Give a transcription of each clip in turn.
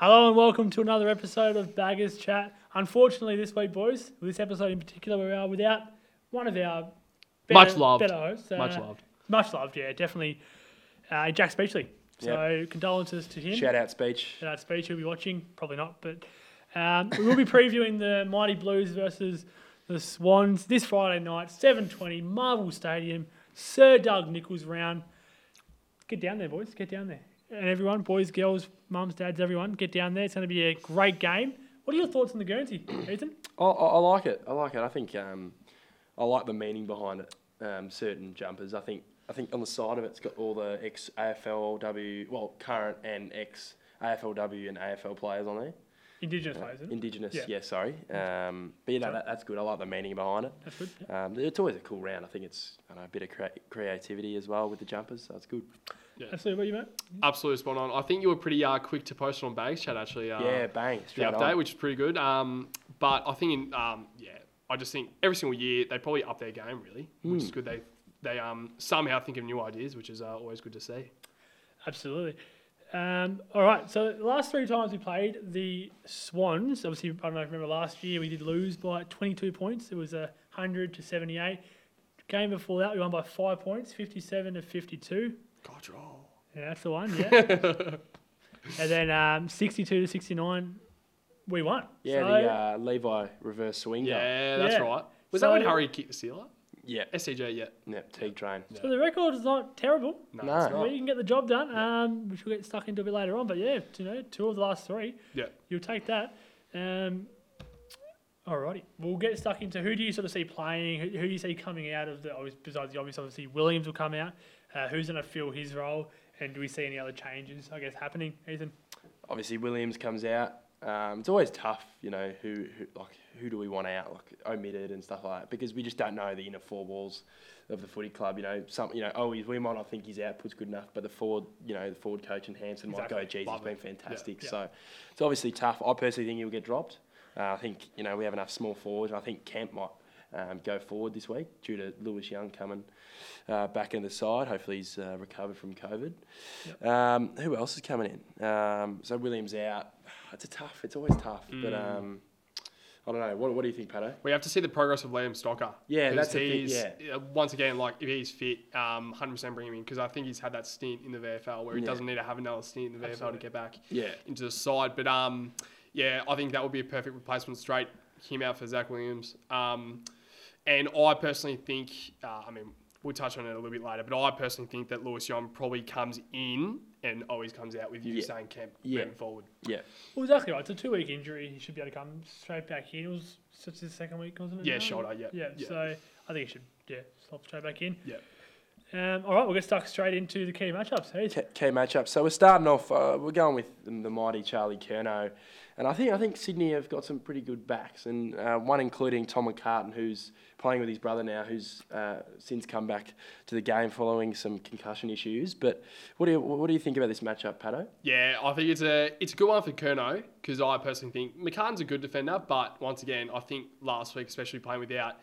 welcome to another episode of Baggers Chat. Unfortunately, this week, boys, this episode in particular, we are without one of our better, Much loved. better hosts. uh, Much loved. Much loved, yeah, definitely. Uh, Jack Speechley. So condolences to him. Shout out speech. Shout out to Speech. He'll be watching. Probably not, but um, we will be previewing the Mighty Blues versus the Swans this Friday night, 7:20, Marvel Stadium, Sir Doug Nichols round. Get down there, boys. Get down there, and everyone, boys, girls, mums, dads, everyone, get down there. It's going to be a great game. What are your thoughts on the Guernsey, Ethan? I, I, I like it. I like it. I think um, I like the meaning behind it. Um, certain jumpers. I think I think on the side of it, it's got all the ex AFLW, well, current and ex AFLW and AFL players on there. Indigenous players, isn't it? Indigenous, Yeah. yeah, sorry. Um, but you know Sorry. that, that's good. I like the meaning behind it. That's good. yeah. Um, it's always a cool round. I think it's I know, a bit of crea- creativity as well with the jumpers. So it's good. Absolutely. What you mate? Absolutely spot on. I think you were pretty uh, quick to post it on Bags Chat actually. Uh, yeah, bang. Straight the on. update, which is pretty good. Um, but I think in um, yeah, I just think every single year they probably up their game really, which is Hmm. good. They they um, somehow think of new ideas, which is uh, always good to see. Absolutely. Um, all right. So the last three times we played the Swans, obviously, I don't know if you remember last year we did lose by 22 points. It was a hundred to 78. Game before that we won by five points, 57 to 52. God, Yeah, that's the one. Yeah. and then um, 62 to 69, we won. Yeah, So, the uh, Levi reverse swing. Yeah. Yeah, that's Yeah. right. Was So- that when Harry kicked the sealer? Yeah. SCJ, yeah. Yeah, Teague train. so the record is not terrible. No, No. it's Well, not. you can get the job done, um, which we'll get stuck into a bit later on. But yeah, you know, two of the last three. Yeah. You'll take that. Um, alrighty, we'll get stuck into who do you sort of see playing? Who, who do you see coming out of the? obvious- Besides the obvious, obviously Williams will come out. Uh, who's going to fill his role? And do we see any other changes? I guess happening, Ethan. obviously Williams comes out. Um, it's always tough, you know, who, who like who do we want out, like omitted and stuff like that, because we just don't know the inner four walls of the footy club. You know, some, you know, oh, he's, we might not think his output's good enough, but the forward, you know, the forward coach and Hampson might go, Exactly. geez, he's Love been it. Yeah, fantastic. yeah. So it's obviously tough. I personally think he'll get dropped. Uh, I think you know we have enough small forwards. and I think Kemp might um, go forward this week due to Lewis Young coming uh, back in the side. Hopefully he's uh, recovered from COVID. Um, who else is coming in? Um, so Williams out. It's a tough. It's always tough. Mm. But um, I don't know. What, what do you think, Pato? We have to see the progress of Liam Stocker. Yeah, 'Cause that's the thing, he's, uh, Once again, like if he's fit, um, 100% bring him in because I think he's had that stint in the VFL where he Yeah. doesn't need to have another stint in the VFL to get back Yeah. into the side. But um, yeah, I think that would be a perfect replacement straight him out for Zach Williams. Um, and I personally think, uh, I mean, we'll touch on it a little bit later, but I personally think that Lewis Young probably comes in and always comes out with you Yeah. saying Kemp Yeah. moving forward. Yeah. Well, exactly right. It's a two-week injury. He should be able to come straight back in. It was such his second week, wasn't it? Yeah, now? shoulder, yeah, Yeah. yeah. So I think he should yeah slot straight back in. Yeah. Um, all right, we'll get stuck straight into the key matchups. Hey, K- key matchup. So we're starting off. Uh, we're going with the, the mighty Charlie Kerno, and I think I think Sydney have got some pretty good backs, and uh, one including Tom McCartan, who's playing with his brother now, who's uh, since come back to the game following some concussion issues. But what do you what do you think about this matchup, Pato? Yeah, I think it's a it's a good one for Kerno because I personally think McCann's a good defender, but once again, I think last week, especially playing without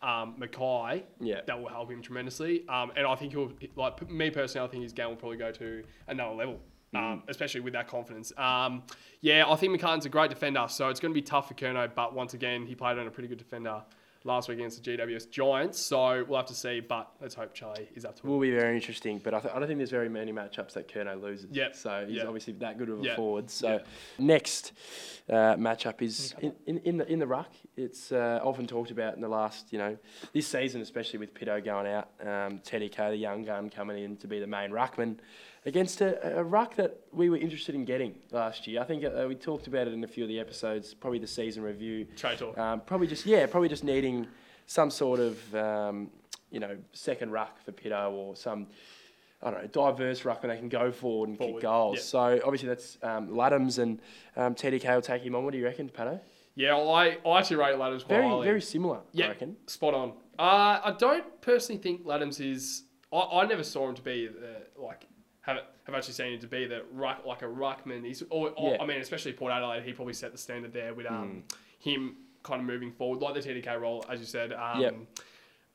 um, Mackay, Yeah. that will help him tremendously. Um, and I think he'll like p- me personally, I think his game will probably go to another level, Mm. um, especially with that confidence. Um, yeah, I think McCann's a great defender, so it's going to be tough for Kerno. But once again, he played on a pretty good defender last week against the GWS Giants, so we'll have to see. But let's hope Charlie is up to it. Will be very interesting, but I, th- I don't think there's very many matchups that Kerno loses. Yep. So he's Yep. obviously that good of a Yep. forward. So Yep. next uh, matchup is in, in, in the in the ruck. It's uh, often talked about in the last, you know, this season especially with Pito going out, um, Teddy K, the young gun, coming in to be the main ruckman against a, a ruck that we were interested in getting last year. I think uh, we talked about it in a few of the episodes, probably the season review. Trade talk. Um, probably just yeah, probably just needing some sort of um, you know second ruck for Pito or some I don't know diverse ruck when they can go forward and Forward, kick goals. yeah. So obviously that's um, Laddams and um, TDK will take him on. What do you reckon, Pato? Yeah, well, I, I actually rate Laddams quite Very highly. very similar, I Yeah, reckon. spot on. Uh, I don't personally think Laddams is. I, I never saw him to be the, like have have actually seen him to be the ruck, like a ruckman. He's or, or- Yeah. I mean, especially Port Adelaide, he probably set the Hmm. standard there with um him kind of moving forward, like the TDK role, as you said. Um, Yep.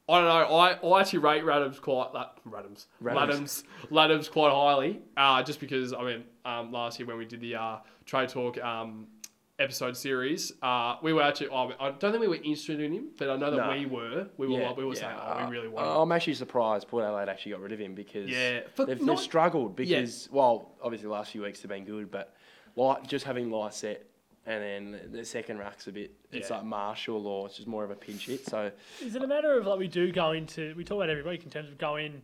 I don't know. I, I actually rate Radams quite that Radams Radams Radams. Radams quite highly. Uh, just because I mean, um, last year when we did the uh, trade talk um, episode series, uh, we were actually. I I don't think we were interested in him, but I know that No. we were. We were. Yeah, like, we were yeah. saying, oh, Uh, we really want. him. I'm actually surprised Port Adelaide actually got rid of him because Yeah, for they've, not- they've struggled because well, obviously the last few weeks have been good, but like just having Lyset and then the second ruck's a bit it's Yeah. like Marshall or it's just more of a pinch hit. So Is it a matter of like we do go into we talk about it every week in terms of go in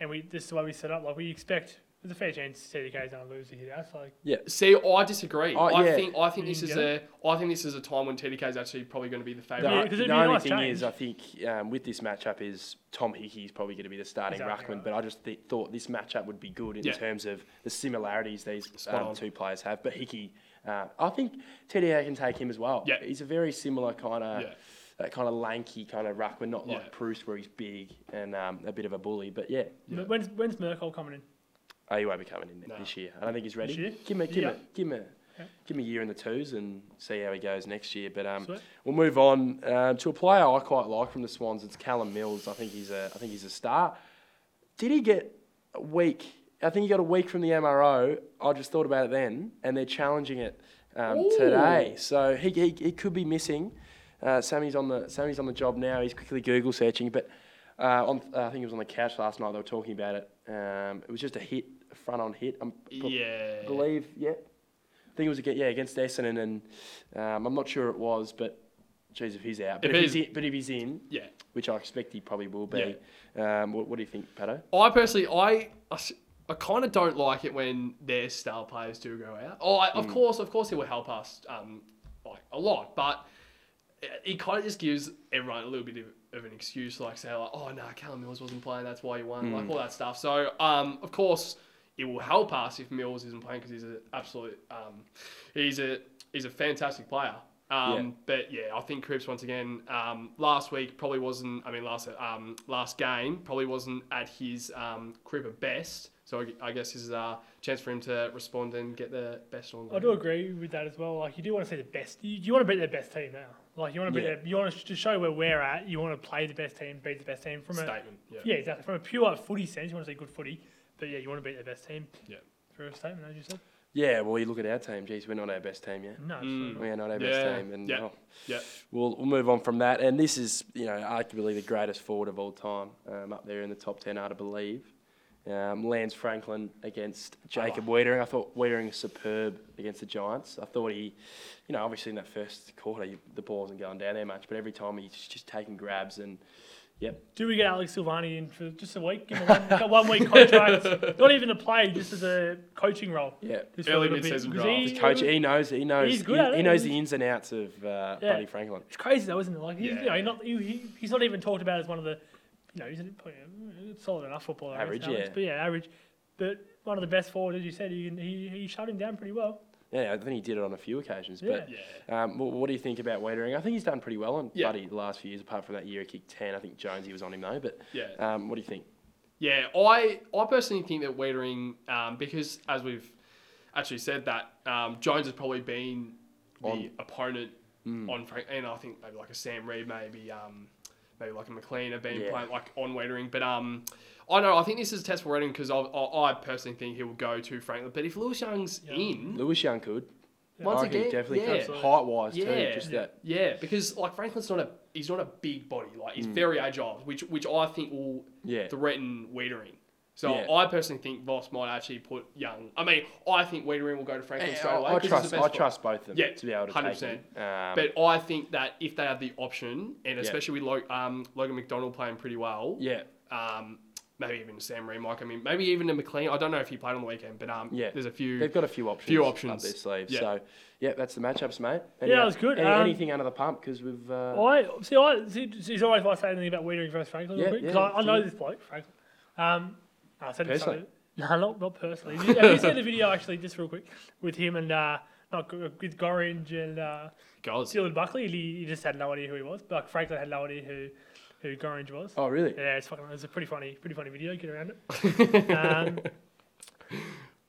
and we this is the way we set up like we expect there's a fair chance CDK is going to lose to hit us like See, I disagree. Oh, I yeah. think I think You this is get a I think this is a time when TDK is actually probably going to be the the, favourite. Yeah, 'cause it'd the be a only nice thing change. is I think um, with this matchup is Tom Hickey is probably going to be the starting Exactly ruckman, right. but I just th- thought this matchup would be good in Yeah. terms of the similarities these Spot on. um, two players have. But Hickey, uh, I think TDA can take him as well. Yeah. he's a very similar kind of. Yeah. that kind of lanky kind of ruckman, not Yeah. like Proust where he's big and um, a bit of a bully. But yeah, Yeah. when's when's Merkel coming in? oh, he won't be coming in No. this year. I don't think he's ready. This year? Give him a give him Yeah. a give him a Okay. give him a year in the twos and see how he goes next year. But um, Sweet. we'll move on um, to a player I quite like from the Swans. It's Callum Mills. I think he's a I think he's a star. Did he get a week? I think he got a week from the MRO. I just thought about it then, and they're challenging it um, Ooh. today. So he, he, he could be missing. Uh, Sammy's on the Sammy's on the job now. He's quickly Google searching, but uh, on, I think it was on the couch last night. They were talking about it. Um, it was just a hit, a front on hit. I'm, Yeah. believe, yeah. I think it was against, yeah against Essendon, and um, I'm not sure it was, but geez, if he's out, but If if, he's, he's- in, but if he's in, Yeah. which I expect he probably will be. Um, what, what do you think, Pato? I personally, I, I, kind of don't like it when their star players do go out. Oh, I, of course, of course, it will help us um, like a lot, but it- it kind of just gives everyone a little bit of, of an excuse, like say, like, oh no, Callum Mills wasn't playing, that's why you won, like all that stuff. So, um, of course, it will help us if Mills isn't playing because he's an absolute, um, he's a he's a fantastic player. Um, Yeah. But yeah, I think Cripps once again um, last week probably wasn't. I mean, last um, last game probably wasn't at his um, Cripper best. So I gu- I guess this is a chance for him to respond and get the best on. I do agree with that as well. Like you do want to see the best. You, you want to beat their best team now. Like you want to beat Yeah. their, you want to show where we're at. You want to play the best team, beat the best team from a statement. Yeah. yeah exactly from a pure footy sense. You want to see good footy, but yeah, you want to beat their best team. Yeah. For a statement, as you said. Yeah, well, you look at our team. Geez, we're not our best team yet. No. Mm. absolutely. We are not our Yeah. best team, and Yeah. oh, Yeah. we'll, we'll move on from that. And this is, you know, arguably the greatest forward of all time, um, up there in the top ten, I'd believe. Um, Lance Franklin against Jacob Oh. Wiedering. I thought Wiedering superb against the Giants. I thought he, you know, obviously in that first quarter you, the ball wasn't going down there much, but every time he's just taking grabs and, yep, Do we get Alex Silvani in for just a week? Give him a one, a one week contract. Not even a play, just as a coaching role. yeah. Just for a Early little bit, mid-season 'cause draft. he- His coach, he knows, he knows, He's good he, at it. he knows the ins and outs of uh, Yeah. Buddy Franklin. It's crazy though, isn't it? Like, he's, you know, Yeah. he's not, he, he- he's not even talked about as one of the, you know, he's a solid enough footballer. I guess, Average, Alex, yeah. But yeah, average. But one of the best forwards, as you said, he, he, he shut him down pretty well. Yeah, I think he did it on a few occasions, Yeah. but Yeah. Um, wh- what do you think about Wadering? I think he's done pretty well on Yeah. Buddy the last few years, apart from that year he kicked 10. I think Jonesy was on him though, but Yeah. um, what do you think? Yeah, I I personally think that Wiedering, um, because as we've actually said that um, Jones has probably been the On- Mm. opponent on Frank, and I think maybe like a Sam Reed, maybe um, maybe like a McLean have been Yeah. playing like on Wiedering, but um. I know. I think this is a test for Redding because I, I, I personally think he will go to Franklin. But if Lewis Young's Yeah. in, Lewis Young could. Once I reckon he again, definitely yeah. could. Height wise, Yeah. too. Just that. yeah, because like Franklin's not a he's not a big body. Like he's very agile, which which I think will Mm. Yeah. threaten Wiedering. So Yeah. I personally think Voss might actually put Young. I mean, I think Wiedering will go to Franklin Yeah, straight away. Eh, I, I 'cause he's trust, the I best trust both of them Yeah, to be able to 100%. take him. Um, player. But I think that if they have the option, and Yeah. especially with Lo- um, Logan McDonald playing pretty well, yeah, um, maybe even Sam Remark. I mean, maybe even a McLean. I don't know if he played on the weekend, but um, Yeah. there's a few. they've got a few options, up options. their sleeves. Yeah. So, yeah, that's the matchups, mate. Yeah, that was good. any- Um, anything under the pump because we've. Uh, Oh, I see. I see. It's always like saying anything about Wiedering versus Franklin. Yeah, because yeah, I, I know yeah. this bloke, Franklin. Um, I said Personally? something- No, not, not personally. Have you- Have you seen the video actually, just real quick, with him and uh, not G- with Gorringe and uh, goals. Dylan Buckley? He, he just had no idea who he was. Like Franklin had no idea who who Gorringe was. oh, really? Yeah, it's fucking. It's a pretty funny, pretty funny video. Get around it. um,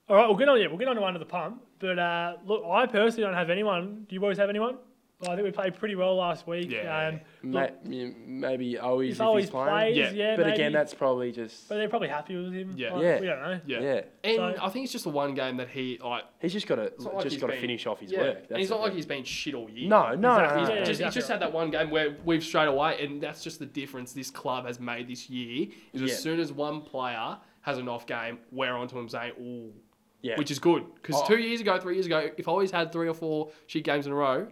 all right, we'll get on. Yeah, we'll get on to under the pump. But uh, look, I personally don't have anyone. Do you boys have anyone? Well, I think we played pretty well last week. Yeah. Um, Ma- Look- m- maybe always if if, always he's playing. plays, yeah, Yeah. but maybe. again, that's probably just But they're probably happy with him. Yeah. Like, Yeah. We don't know. Yeah. yeah. And So- I think it's just the one game that he like. He's just got to not like just he's got to been- finish off his yeah. work. and he's that's not it. like he's been shit all year. no, no, Exactly. no, He's, no, Yeah, just, exactly he's just had that one game where we've straight away, and that's just the difference this club has made this year. Is Yeah. as soon as one player has an off game, we're onto him saying, "Ooh," yeah. which is good because Oh. two years ago, three years ago, if I always had three or four shit games in a row,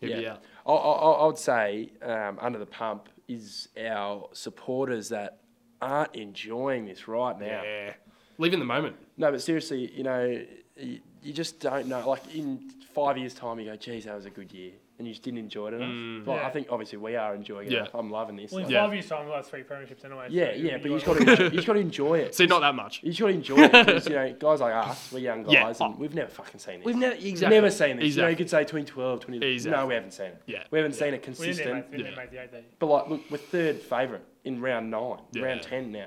he'd be out. I, I, I- I would say um, under the pump is our supporters that aren't enjoying this right now. Yeah, live in the moment. No, but seriously, you know, you, you just don't know. Like in five years' time, you go, "Geez, that was a good year," and you just didn't enjoy it enough. Well, Yeah. I think obviously we are enjoying it. Yeah. enough. I'm loving this. Well, in Like, Yeah. five years' time, we'll have three premierships anyway. yeah, so yeah, you but you just got won't- to, you just got to enjoy it. See, not that much. You just got to enjoy it because you know, guys like us, we're young guys, Yeah, oh. and we've never fucking seen this. We've never exactly Never seen this. You know, Exactly. you could say 2012, 2011. No, Exactly. we haven't seen it. Yeah. We haven't seen it We didn't consistent. make, we didn't Yeah. make the eight day. But like, look, we're third favourite in round nine, Yeah. round ten now.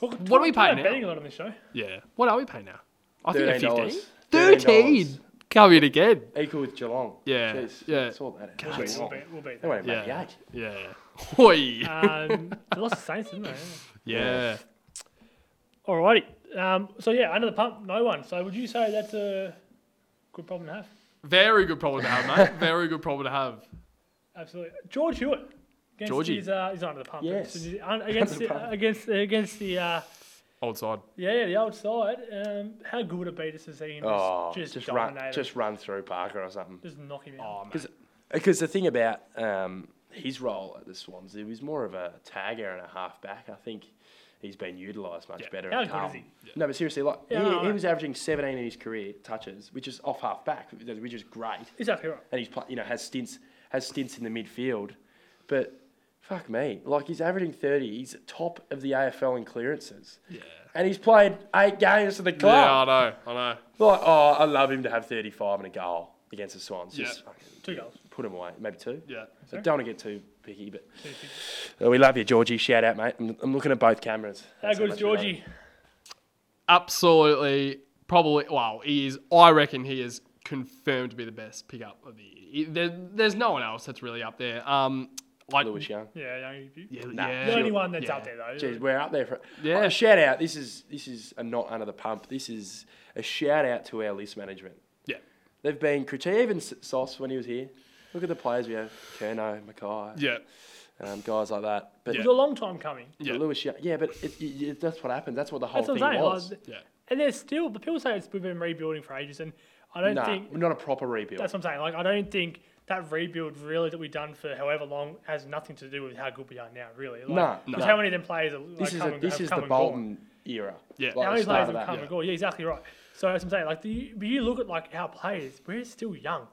What are we paying now? betting a lot on this show. Yeah. What are we paying now? I think Thirteen at fifteen. dollars. Thirteen. Come in again. Equal with Geelong. Yeah, Jeez, yeah. Sort that out. God. Jeez, We'll Geelong. beat, we'll beat They them. won't make the Yeah. eight. Yeah. Hoi. Um, they lost the Saints, didn't they? Yeah. yeah. Alrighty. Um, so, yeah, under the pump, no one. So, would you say that's a good problem to have? Very good problem to have, mate. Very good problem to have. Absolutely. George Hewitt. Against Georgie. His, uh, he's under the pump. Yes. It's- it's- un- Against, Under the the, pump. against, against the, uh, Old side. yeah, yeah, the old side. Um, how good would it be to see him just, Oh, just, just, dominate run, him? just run through Parker or something. Just knock him out. Oh, mate. Because because the thing about um, his role at the Swans, he was more of a tagger and a half back. I think he's been utilised much Yeah. better. How at good is Carlton. he? No, but seriously, like Yeah, he, no, he no. was averaging 17 in his career touches, which is off half back, which is great. He's up here. and he's pl- you know has stints has stints in the midfield, but fuck me, like he's averaging thirty. He's top of the AFL in clearances, Yeah. and he's played eight games for the Yeah, I club. know. I know. Like oh, I love him to have thirty five and a goal against the Swans. Just Yeah. fucking Two goals. put him away, maybe two. Yeah. So don't want to get too picky, but Uh, we love you, Georgie. Shout out, mate. I'm, I'm looking at both cameras. How That's good is much we love him. Georgie? Absolutely. Probably. Well, he is. I reckon he is confirmed to be the best pickup of the year. He- There, there's no one else that's really up there. Um, like. Lewis Young. Yeah, young. Yeah. Yeah. Nah. yeah. The only one that's yeah. up there though. Jeez, we're up there for Yeah. Oh, shout out. This is this is a not under the pump. This is a shout out to our list management. Yeah. They've been critique even S- Sauce when he was here. Look at the players we have: Kerno, Mackay, Yeah. um, guys like that. But It Yeah. was a long time coming. Yeah. Lewis, Young- yeah, but it, it, it- that's what happened. That's what the whole That's what thing I'm saying. was. Like, Yeah. and there's still, but people say it's we've been rebuilding for ages, and I don't nah, think not a proper rebuild. that's what I'm saying. Like, I don't think that rebuild really that we've done for however long has nothing to do with how good we are now. Really, like, Nah, because nah. how many of them players are like, this is come a, and- this have is come the and gone? Bolton era. Yeah. like How the many start players of have that. come yeah. and gone? Yeah, exactly right. So that's what I'm saying. Like, the, but you look at like our players, we're still young.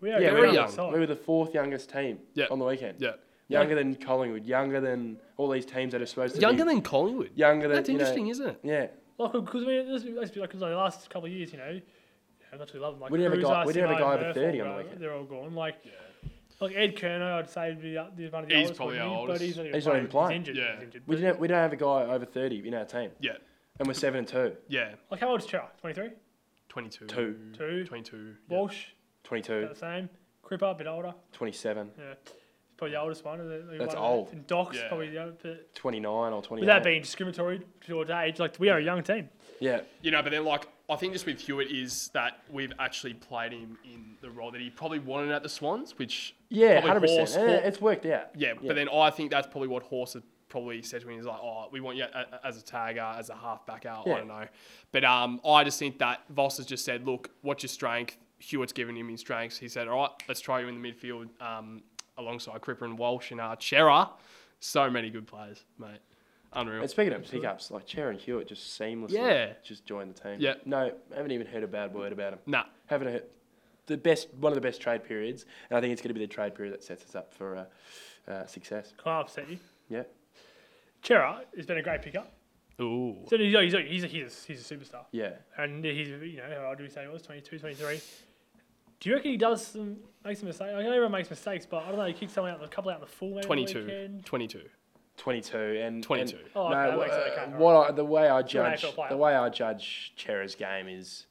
We are Yeah, very we, were, young. side. we were the fourth youngest team Yeah. on the weekend. Yeah. Younger than Collingwood, younger than all these teams that are supposed to Younger be than Collingwood. younger than That's you know, interesting, isn't it? Yeah, Like, because we, let's be- let's be like, 'cause like the last couple of years, you know, I'm not too loving. Like, We didn't have a Cruiser, guy- we didn't have a Simo, guy over Murph, 30 all on the gone. weekend. They're all gone. Like, like Ed Kerno, I'd say would be up there, one of the He's oldest, probably wouldn't our he? oldest. but he's not even He's not even playing. playing. He's injured. Yeah. He's injured. we But, didn't have, we don't have a guy over thirty in our team, Yeah. and we're seven and two, Yeah. like, how old is Chera? 23? 22. two, Two. 22. yeah. Walsh, twenty-two, about the same. Cripper, a bit older. twenty-seven, Yeah. He's probably the oldest one. and the- the one That's that- old. And Doc's Yeah. probably the other. But, twenty-nine, or twenty-eight. with that being discriminatory towards age, like, we are a young team. yeah, You know, but then like I think just with Hewitt is that we've actually played him in the role that he probably wanted at the Swans, which yeah, probably hundred Horse- percent. Hor- It's worked out. yeah, but then I think that's probably what Horse had probably said to him. He's like, oh, we want you a- a- as a tagger, as a halfback out. Yeah. I don't know, but um, I just think that Voss has just said, look, what's your strength? Hewitt's given him his strengths. He said, all right, let's try you in the midfield um, alongside Cripper and Walsh and uh, Chera. So many good players, mate. Unreal. And speaking of pickups, like Cher and Hewitt just seamlessly Yeah. just joined the team. Yeah. no, haven't even heard a bad word about him. nah, Haven't heard the best, one of the best trade periods, and I think it's going to be the trade period that sets us up for uh, uh, success. Can I upset you? Yeah, Chera has been a great pickup. ooh, So he's, he's, he's, a, he's, a, he's a superstar. yeah. and he's you know how old do we say he was 22 23 do you reckon he does some makes a mistake I know everyone makes mistakes but I don't know he kicked someone out a couple out in the full maybe on the 22, weekend. 22. 22 and 22. and- Oh, okay, that no, makes it uh, okay, what I, the way I an judge AFL player. the way I judge Chera's game is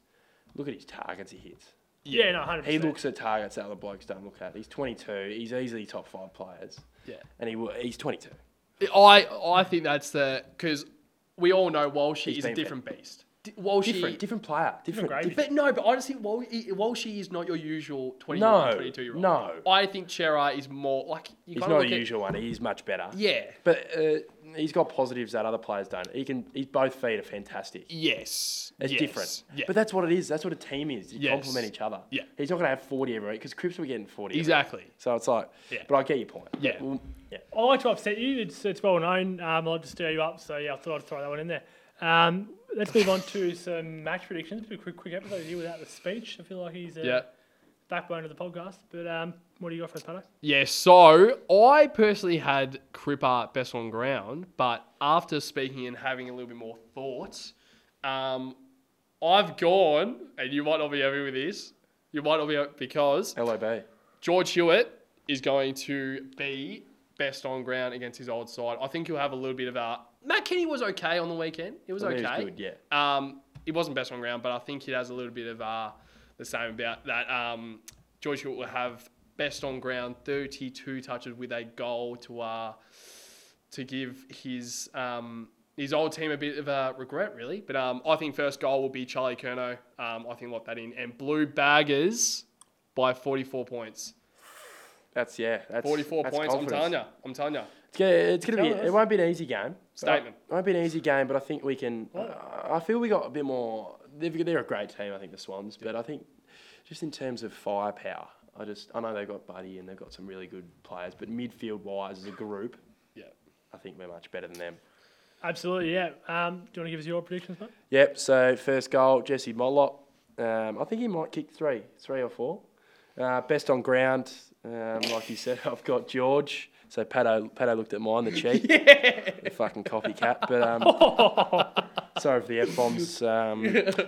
look at his targets he hits. Yeah, no, 100%. He looks at targets that other blokes don't look at. He's 22. He's easily top five players. Yeah. And he wa- he's 22. I I think that's the because we all know Walshy He's is a been different beast. D- Walshy, Different, different player. Different. gravy. different- But no, but honestly, Wal- he- Walshy is not your usual 20 year No, old, 22 year old. no. I think Chera is more like you He's kinda not a look at- usual one. He's much better. Yeah. But uh, he's got positives that other players don't. He can. His both feet are fantastic. Yes. It's yes, different. Yeah. But that's what it is. That's what a team is. You Yes. complement each other. Yeah. He's not going to have 40 every week because Crips were getting 40. every week. exactly. So it's like, Yeah. but I get your point. Yeah. Well, yeah. I like to upset you. It's, it's well known. Um, I'll just stir you up. So yeah, I thought I'd throw that one in there. Um, let's move on to some match predictions. Pretty quick, quick episode here without the speech. I feel like he's uh, Yeah. backbone of the podcast. But um, what do you got for us, Pato? Yeah, so I personally had Cripper best on ground, but after speaking and having a little bit more thought, um, I've gone, and you might not be happy with this, you might not be because LOB. George Hewitt is going to be best on ground against his old side. I think he'll have a little bit of a. Matt Kenny was okay on the weekend. It was I okay. mean, he was good, yeah. Um, he wasn't best on ground, but I think he has a little bit of uh, the same about that. Um, George Hill will have best on ground, 32 touches with a goal to uh, to give his um, his old team a bit of a regret, really. But um, I think first goal will be Charlie Kerno. Um, I think lock that in. And Blue Baggers by 44 points. That's yeah. That's 44 that's points. confidence. I'm telling you. I'm telling you. It's gonna, it's gonna be. Tell us. It won't be an easy game. Statement. It won't be an easy game, but I think we can. uh, I feel we got a bit more. They've, they're a great team, I think the Swans. But I think just in terms of firepower, I just I know they've got Buddy and they've got some really good players, but midfield wise as a group, Yeah. I think we're much better than them. Absolutely, yeah. Um, do you want to give us your predictions, mate? Yep. So first goal, Jesse Motlop. Um, I think he might kick three, three or four. Uh, best on ground, um, like you said, I've got George. So Pato, Pato looked at mine, the cheat, the fucking copycat. But um, sorry for the f bombs. Um,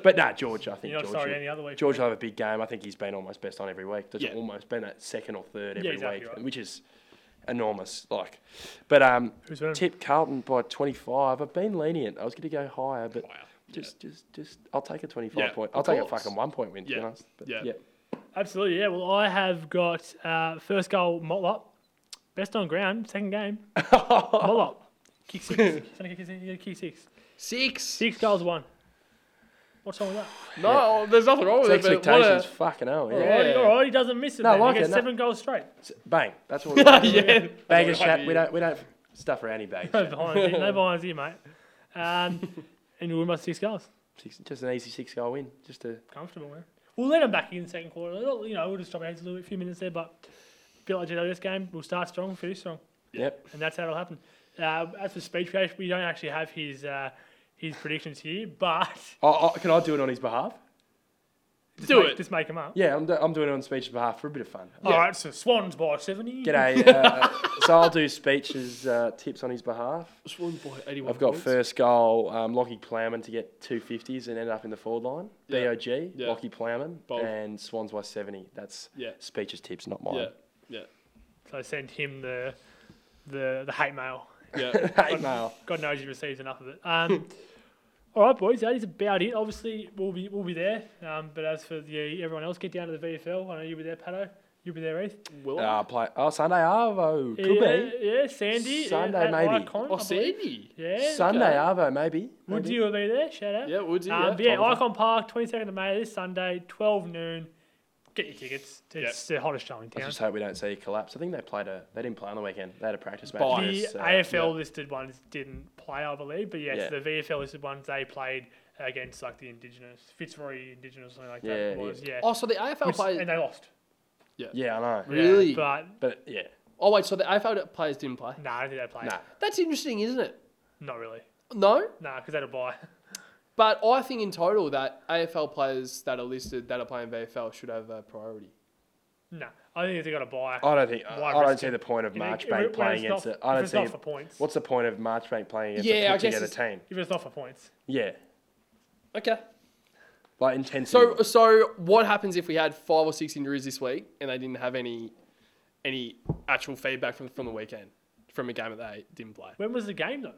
but nah, George. I think You're not George. sorry will- any other way. George will have a big game. I think he's been almost best on every week. That's Yeah. almost been at second or third every exactly week, right. which is enormous. Like, but um, Who's winning? tip Carlton by 25. I've been lenient. I was going to go higher, but Higher, just, just, just, I'll take a 25 Yeah, point. of I'll take a course. fucking one point win. To Yeah, be honest. But, yeah. Absolutely, yeah. Well, I have got uh, first goal Motlop, best on ground, second game. Motlop, kick six. He's gonna kick six. He's gonna kick six. Six. Six goals, one. What's wrong with that? No, there's nothing wrong with It's it. but what expectations, a- fucking hell. Yeah. Alright, Yeah. alright, he doesn't miss it. No, then. like he gets it, no. seven goals straight. Bang. That's what. We want. yeah. Bag of chat. We don't. We don't stuff around any bags. No behinds here, no behinds here, mate. Um, and you win by six goals. Six, just an easy six goal win. Just a. Comfortable, man. We'll let him back in the second quarter. They'll- You know, we'll just drop our heads a little bit, few minutes there, but feel like GWS game, we'll start strong, finish strong. Yep. and that's how it'll happen. Uh, as for speech coach, we don't actually have his uh, his predictions here, but Oh, oh, can I do it on his behalf? just Do make, it. Just make him up. Yeah, I'm, do, I'm doing it on speech's behalf for a bit of fun. All right, so Swans by seventy. G'day. Uh, so I'll do speeches uh, tips on his behalf. Swan by 81 I've got points. first goal um, Lockie Plowman to get two fifties and end up in the forward line. Yeah. Bog Yeah. Lockie Plowman Bold. and Swans by seventy. That's Yeah. speeches tips, not Yeah. mine. Yeah. So send him the the the hate mail. Yeah. Hate mail. God knows he receives enough of it. Um, all right, boys, that is about it. Obviously, we'll be we'll be there. Um, but as for the everyone else, get down to the VFL. I know you'll be there, Pato. You'll be there, Heath. Will. Ah, play. Oh, Sunday Arvo could yeah, be. Yeah, Sandy. Sunday, at maybe. Icon, I oh, believe. Sandy. Yeah. Sunday Arvo maybe. Would maybe. you will be there? Shout out. Yeah, Woodsy. Um, but yeah. yeah, Icon Park, 22nd of May, this Sunday, 12 noon. Get your tickets. It's the hottest show in I town. just hope we don't see a collapse. I think they played a. They didn't play on the weekend. They had a practice match. Bye. The Yes, uh, AFL listed ones didn't play, I believe, but yes, Yeah. the VFL listed ones they played against like the Indigenous Fitzroy Indigenous something like Yeah, that. It yeah. was, yeah. Oh, so the AFL Which- played. and they lost. Yeah, I know. Yeah, Really? but But yeah, oh wait, so the AFL players didn't play. no, I don't think they played. nah. That's interesting, isn't it? Not really. No, Nah, because that'll buy. but I think in total that AFL players that are listed that are playing VFL should have a priority. nah, I think they got a buy. Oh. I don't think. Why I, I don't risk see it? the point of You think- Marchbank if it- when playing it's not- against. a- I if don't it's see. not for it- points. What's the point of Marchbank playing against Yeah, I a guess put together it's- team? If it's not for points, Yeah, Okay. like intensity. So so what happens if we had five or six injuries this week and they didn't have any any actual feedback from from the weekend from a game that they didn't play? when was the game though?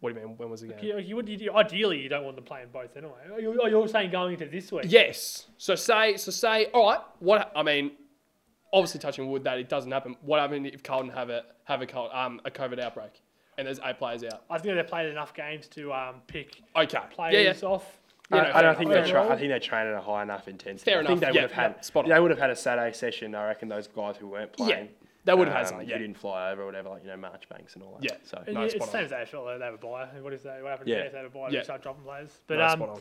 What do you mean? When was the game? You, you would, you, ideally, you don't want them playing both anyway. Oh, Are you, are you saying going into this week? Yes. So say, so say, all right. What I mean, obviously touching wood that it doesn't happen. What happened if Carlton have a have a col- um a COVID outbreak and there's eight players out? I think they played enough games to um, pick Okay. players Yeah, yeah. off. You I, know, I don't think they fair tra- enough. I think they train at a high enough intensity. Fair I think enough. they Yeah, would have yeah, had spot on. they would have had a Saturday session. I reckon those guys who weren't Yeah, playing they would have had um, something, who yeah. didn't fly over or whatever, like you know Marchbanks and all that. Yeah. So And No, yeah, it's spot the same as AFL, though, they have a buyer. What is that? What happens Yeah. if they have a buyer? Yeah. They start dropping players. But No, um, spot on.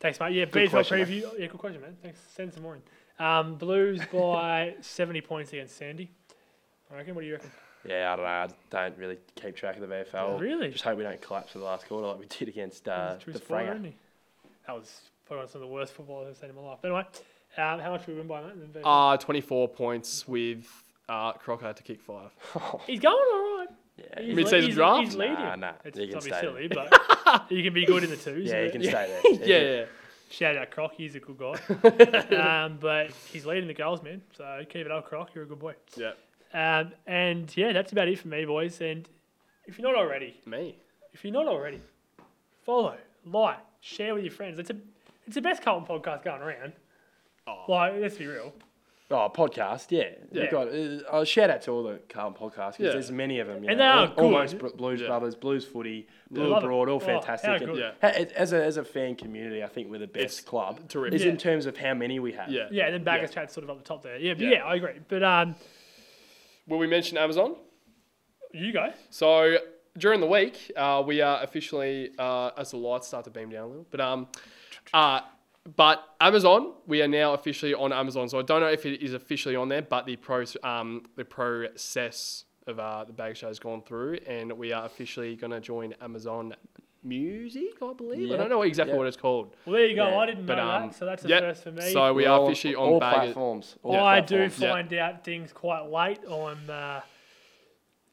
thanks, mate. Yeah, BFL question, mate. preview. Yeah, good question, man. Thanks. Send some more in. Um, Blues by 70 points against Sandy. I reckon. What do you reckon? yeah, I don't know. I don't really keep track of the VFL. Really? Just hope we don't collapse for the last quarter like we did against uh, He's a true the spoiler, Franga. isn't he? That was probably some of the worst football I've ever seen in my life. But anyway, um, how much we win by, mate? Oh. Then Uh, 24 points with uh, Crocker to kick five. he's going all right. Yeah. He's Mid-season le- he's- draft? He's leading. Nah, nah, It's you can not be stay silly, but you can be good in the twos. Yeah, you but- can stay there. Yeah, yeah. Shout out Croc, he's a good guy. um, but he's leading the goals, man. So keep it up, Croc. You're a good boy. yeah. Um, and yeah, that's about it for me, boys. And if you're not already, Me. if you're not already, follow, like, share with your friends. It's a it's the best Carlton podcast going around. Oh. Like, let's be real. Oh, podcast, yeah. Yeah. You've got, uh, uh, shout out to all the Carlton podcasts because Yeah. there's many of them. You And they know, are al- good. Almost Br- Blues Yeah. Brothers, Blues Footy, Blue Love it. Abroad, all Oh, fantastic. how and good. Yeah. ha- it- As, a, as a fan community, I think we're the best It's club. terrific. Is Yeah. in terms of how many we have. Yeah. Yeah, and then Baggers Yeah. chat's sort of up the top there. Yeah, but yeah. Yeah. I agree. But um, Will we mention Amazon? you go. So during the week, uh, we are officially uh, as the lights start to beam down a little, but um, uh, but Amazon, we are now officially on Amazon. So I don't know if it is officially on there, but the pro um, the process of uh, the bag show has gone through, and we are officially going to join Amazon Music, I believe. I Yeah. don't know exactly Yeah. what it's called, Well, there you go. Yeah, I didn't but, know um, that, so that's a yeah, first for me. so we We're are all- officially on all bag. platforms. All I do platforms. Yeah. find out things quite late. I'm uh, a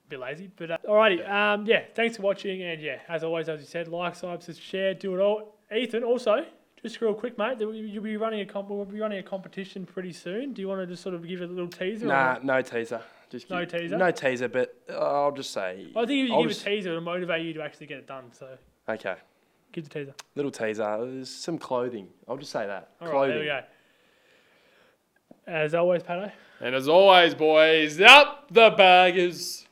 bit lazy, but uh, alrighty. Um, yeah, thanks for watching, and yeah, as always, as you said, like, subscribe, share, do it all. Ethan, also, just real quick, mate, that we- you'll be running a comp- we'll be running a competition pretty soon. Do you want to just sort of give a little teaser? or Nah, not? no teaser. Just No give- teaser? No teaser, but uh, I'll just say. I think if you I'll give just- a teaser, it'll motivate you to actually get it done. So Okay. give the teaser. Little teaser. There's some clothing. I'll just say that. All right, clothing. there we go. As always, Pato. And as always, boys, up the baggers.